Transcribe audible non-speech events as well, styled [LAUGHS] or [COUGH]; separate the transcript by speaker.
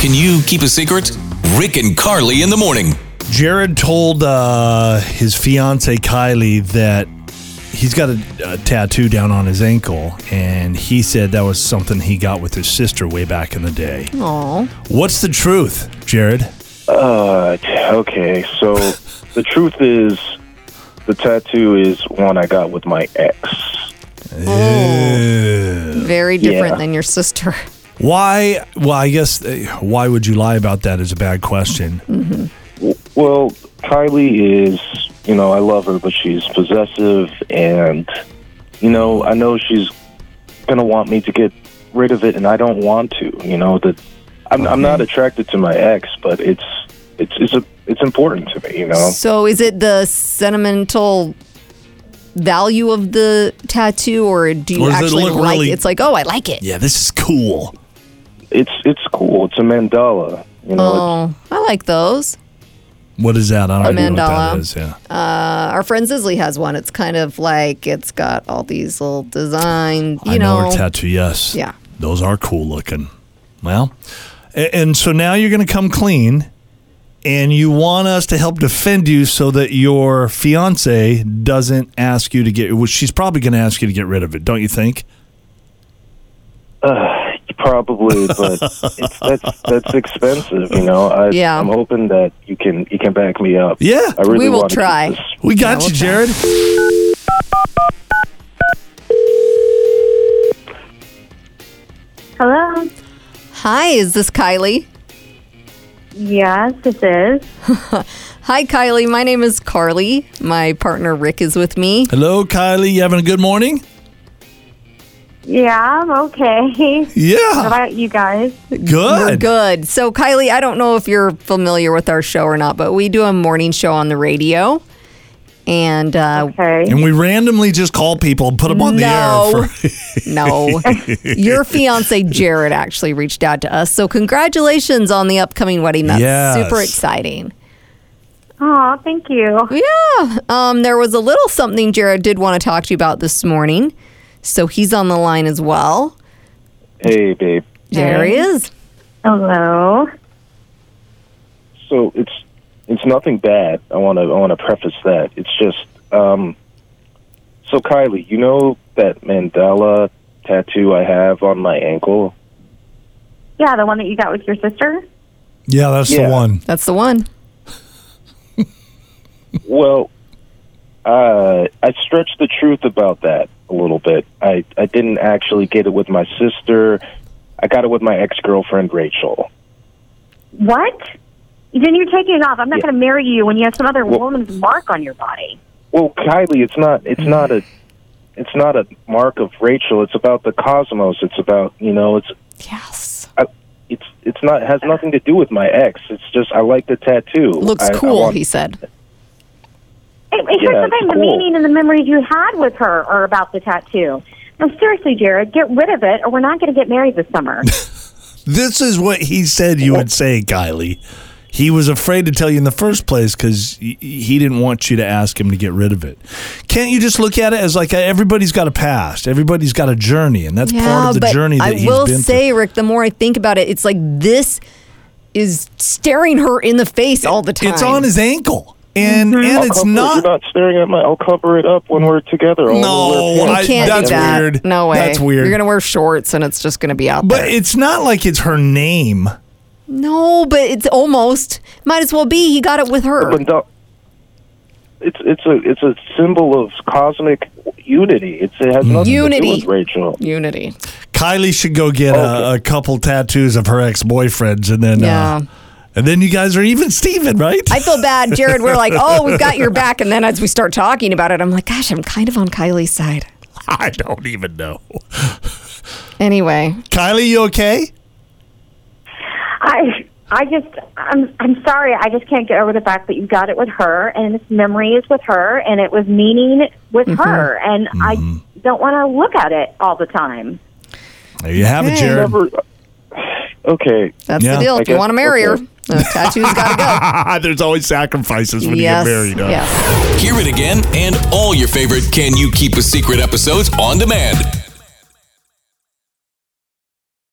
Speaker 1: Can you keep a secret? Rick and Carly in the morning.
Speaker 2: Jared told uh, his fiance Kylie that he's got a, a tattoo down on his ankle, and he said that was something he got with his sister way back in the day.
Speaker 3: Oh,
Speaker 2: What's the truth, Jared?
Speaker 4: Uh, okay. So the truth is, the tattoo is one I got with my ex.
Speaker 3: very different
Speaker 4: Yeah.
Speaker 3: than your sister.
Speaker 2: Why? Well, I guess uh, why would you lie about that is a bad question.
Speaker 4: Well, Kylie is, you know, I love her, but she's possessive, and you know, I know she's gonna want me to get rid of it, and I don't want to. You know that I'm, I'm not attracted to my ex, but it's it's it's a, it's important to me. You know.
Speaker 3: So is it the sentimental value of the tattoo, or do you
Speaker 2: Or does it
Speaker 3: actually
Speaker 2: look
Speaker 3: like
Speaker 2: really-
Speaker 3: it? It's like, oh, I like it.
Speaker 2: Yeah, this is cool.
Speaker 4: it's it's cool. It's a mandala. You know,
Speaker 3: Oh,
Speaker 4: it's-
Speaker 3: I like those.
Speaker 2: What is that? I don't know what
Speaker 3: Mandala.
Speaker 2: that is. Yeah.
Speaker 3: Uh, our friend Zizzly has one. It's kind of like it's got all these little design, you
Speaker 2: I know, her tattoo. Yes.
Speaker 3: Yeah.
Speaker 2: Those are cool looking. Well, a- and so now you're going to come clean, and you want us to help defend you so that your fiance doesn't ask you to get. Which she's probably going to ask you to get rid of it, don't you think?
Speaker 4: probably, but it's, that's that's expensive. You know, I,
Speaker 3: Yeah.
Speaker 4: I'm hoping that you can you can back me up.
Speaker 2: Yeah.
Speaker 4: I really
Speaker 3: We will
Speaker 4: wanna keep
Speaker 3: try.
Speaker 4: this.
Speaker 2: We got you,
Speaker 3: Yeah, we'll
Speaker 2: Jared.
Speaker 5: Hello.
Speaker 3: Hi, is this Kylie?
Speaker 5: Yes, this is.
Speaker 3: [LAUGHS] Hi, Kylie. My name is Carly. My partner Rick is with me.
Speaker 2: Hello, Kylie. You having a good morning?
Speaker 5: Yeah, I'm okay. [LAUGHS] How
Speaker 2: Yeah.
Speaker 5: about you guys?
Speaker 3: We're
Speaker 2: Good.
Speaker 3: good. So, Kylie, I don't know if you're familiar with our show or not, but we do a morning show on the radio. And uh,
Speaker 5: Okay.
Speaker 2: And we randomly just call people and put them on the air.
Speaker 3: No.
Speaker 2: For, [LAUGHS]
Speaker 3: no,
Speaker 4: [LAUGHS]
Speaker 3: your fiance Jared actually reached out to us. So, congratulations on the upcoming wedding. That's
Speaker 2: Yes.
Speaker 3: super exciting.
Speaker 5: Oh, thank you.
Speaker 3: Yeah. Um, there was a little something Jared did want to talk to you about this morning. So, he's on the line as well.
Speaker 4: Hey, babe.
Speaker 3: There he is.
Speaker 5: Hello.
Speaker 4: So it's it's nothing bad. I want to I want to preface that. It's just um. So Kylie, you know that mandala tattoo I have on my ankle.
Speaker 5: Yeah, the one that you got with your sister.
Speaker 2: yeah, that's the
Speaker 4: Yeah.
Speaker 2: one.
Speaker 3: That's the one.
Speaker 4: Well, uh, I stretched the truth about that a little bit. I, I didn't actually get it with my sister. I got it with my ex girlfriend Rachel.
Speaker 5: What? Then you're taking it off. I'm not
Speaker 4: Yeah.
Speaker 5: going to marry you when you have some other
Speaker 4: Well-
Speaker 5: woman's mark on your body.
Speaker 4: Well, Kylie, it's not it's not a it's not a mark of Rachel. It's about the cosmos. It's about you know it's
Speaker 3: Yes.
Speaker 4: I, it's it's not has nothing to do with my ex. It's just I like the tattoo.
Speaker 3: Looks
Speaker 4: I- I
Speaker 3: cool,
Speaker 4: want-
Speaker 3: he said.
Speaker 5: Hey, here's
Speaker 4: Yeah,
Speaker 5: the thing:
Speaker 4: it's
Speaker 5: the
Speaker 4: cool.
Speaker 5: meaning and the memories you had with her are about the tattoo. Now, seriously, Jared, get rid of it, or we're not going to get married this summer.
Speaker 2: This is what he said you would say, Kylie. He was afraid to tell you in the first place because he didn't want you to ask him to get rid of it. Can't you just look at it as like uh, everybody's got a past, everybody's got a journey, and that's part of the journey that
Speaker 3: I
Speaker 2: he's
Speaker 3: will
Speaker 2: been
Speaker 3: say, Rick, the more I think about it, it's like this is staring her in the face all the
Speaker 2: through.
Speaker 3: time.
Speaker 2: It's on his ankle, and and
Speaker 4: I'll
Speaker 2: it's
Speaker 4: cover it.
Speaker 2: not.
Speaker 4: You're not staring at my. I'll cover it up when we're together. I'll
Speaker 2: No,
Speaker 4: wear
Speaker 3: You
Speaker 4: pants.
Speaker 2: I-
Speaker 3: can't
Speaker 2: that's
Speaker 3: do that.
Speaker 2: weird.
Speaker 3: No way.
Speaker 2: That's weird.
Speaker 3: You're gonna wear shorts and it's just gonna be out
Speaker 2: but
Speaker 3: there.
Speaker 2: it's not like it's her name.
Speaker 3: no, but it's almost. Might as well be. He got it with her.
Speaker 4: But no- it's it's a it's a symbol of cosmic unity. It's, it has nothing
Speaker 3: Unity.
Speaker 4: to do with Rachel.
Speaker 3: Unity.
Speaker 2: Kylie should go get a,
Speaker 4: Okay.
Speaker 2: a couple tattoos of her ex boyfriends, and then
Speaker 3: Yeah.
Speaker 2: uh, and then you guys are even Steven, right?
Speaker 3: I feel bad, Jared. We're like, oh, we've got your back, and then as we start talking about it, I'm like, gosh, I'm kind of on Kylie's side.
Speaker 2: [LAUGHS] I don't even know.
Speaker 3: Anyway,
Speaker 2: Kylie, you okay?
Speaker 5: I I just I'm I'm sorry. I just can't get over the fact that you got it with her, and this memory is with her, and it was meaning with her, and I don't want to look at it all the time.
Speaker 2: There you have it,
Speaker 3: Okay.
Speaker 2: Jared.
Speaker 4: Never- Okay.
Speaker 3: that's
Speaker 2: Yeah.
Speaker 3: the deal.
Speaker 4: I
Speaker 3: If you
Speaker 4: guess-
Speaker 3: want to marry her,
Speaker 4: okay.
Speaker 3: the tattoo's
Speaker 2: [LAUGHS]
Speaker 3: got
Speaker 2: There's always sacrifices
Speaker 3: to
Speaker 2: when
Speaker 3: go. yes.
Speaker 2: you get married. huh?
Speaker 3: Yes.
Speaker 1: Hear it again and all your favorite Can You Keep a Secret episodes on demand.